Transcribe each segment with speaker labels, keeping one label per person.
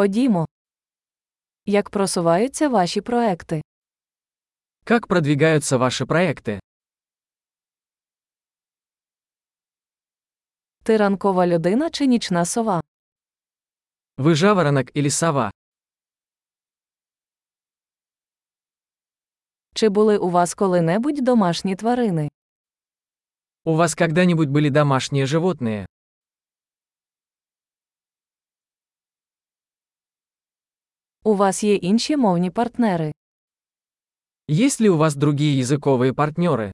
Speaker 1: Ходімо. Як просуваються ваші проекти?
Speaker 2: Как продвигаются ваши проекты?
Speaker 1: Ти ранкова людина чи нічна сова?
Speaker 2: Вы жаворонок или сова?
Speaker 1: Чи були у вас коли-небудь домашні тварини?
Speaker 2: У вас когда-нибудь были домашние животные?
Speaker 1: У вас є інші мовні партнери?
Speaker 2: Есть ли у вас другие языковые партнеры?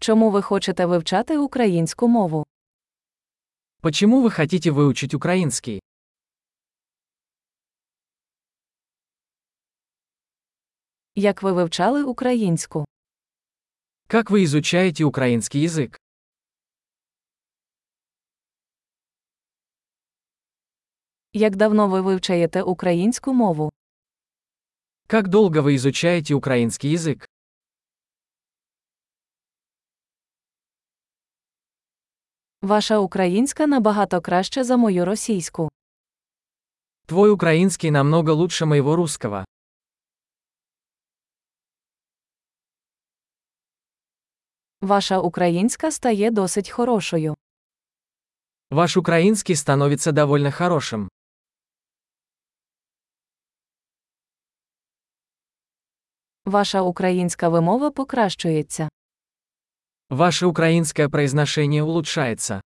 Speaker 1: Чому ви хочете вивчати українську мову?
Speaker 2: Почему вы хотите выучить украинский?
Speaker 1: Як ви вивчали українську?
Speaker 2: Как вы изучаете украинский язык?
Speaker 1: Як давно ви вивчаєте українську мову?
Speaker 2: Как долго вы изучаете украинский язык?
Speaker 1: Ваша українська набагато краще за мою російську.
Speaker 2: Твой украинский намного лучше моего русского.
Speaker 1: Ваша українська стає досить хорошою.
Speaker 2: Ваш украинский становится довольно хорошим.
Speaker 1: Ваша українська вимова покращується.
Speaker 2: Ваше украинское произношение улучшается.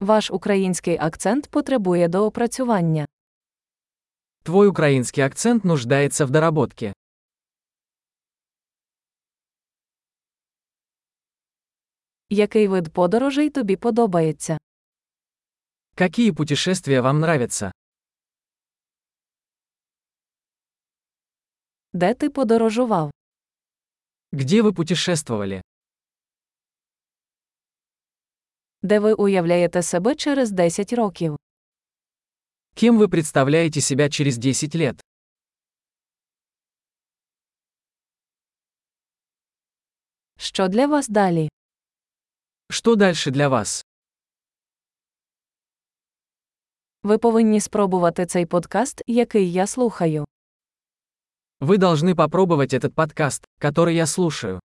Speaker 1: Ваш український акцент потребує доопрацювання.
Speaker 2: Твой украинский акцент нуждается в доработке.
Speaker 1: Який вид подорожей тобі подобається?
Speaker 2: Какие путешествия вам нравятся?
Speaker 1: Де ти подорожував?
Speaker 2: Где вы путешествовали?
Speaker 1: Де ви уявляєте себе через 10 років?
Speaker 2: Кем вы представляете себя через 10 лет?
Speaker 1: Що для вас далі?
Speaker 2: Что дальше для вас?
Speaker 1: Ви повинні спробувати цей подкаст, який я слухаю.
Speaker 2: Вы должны попробовать этот подкаст, который я слушаю.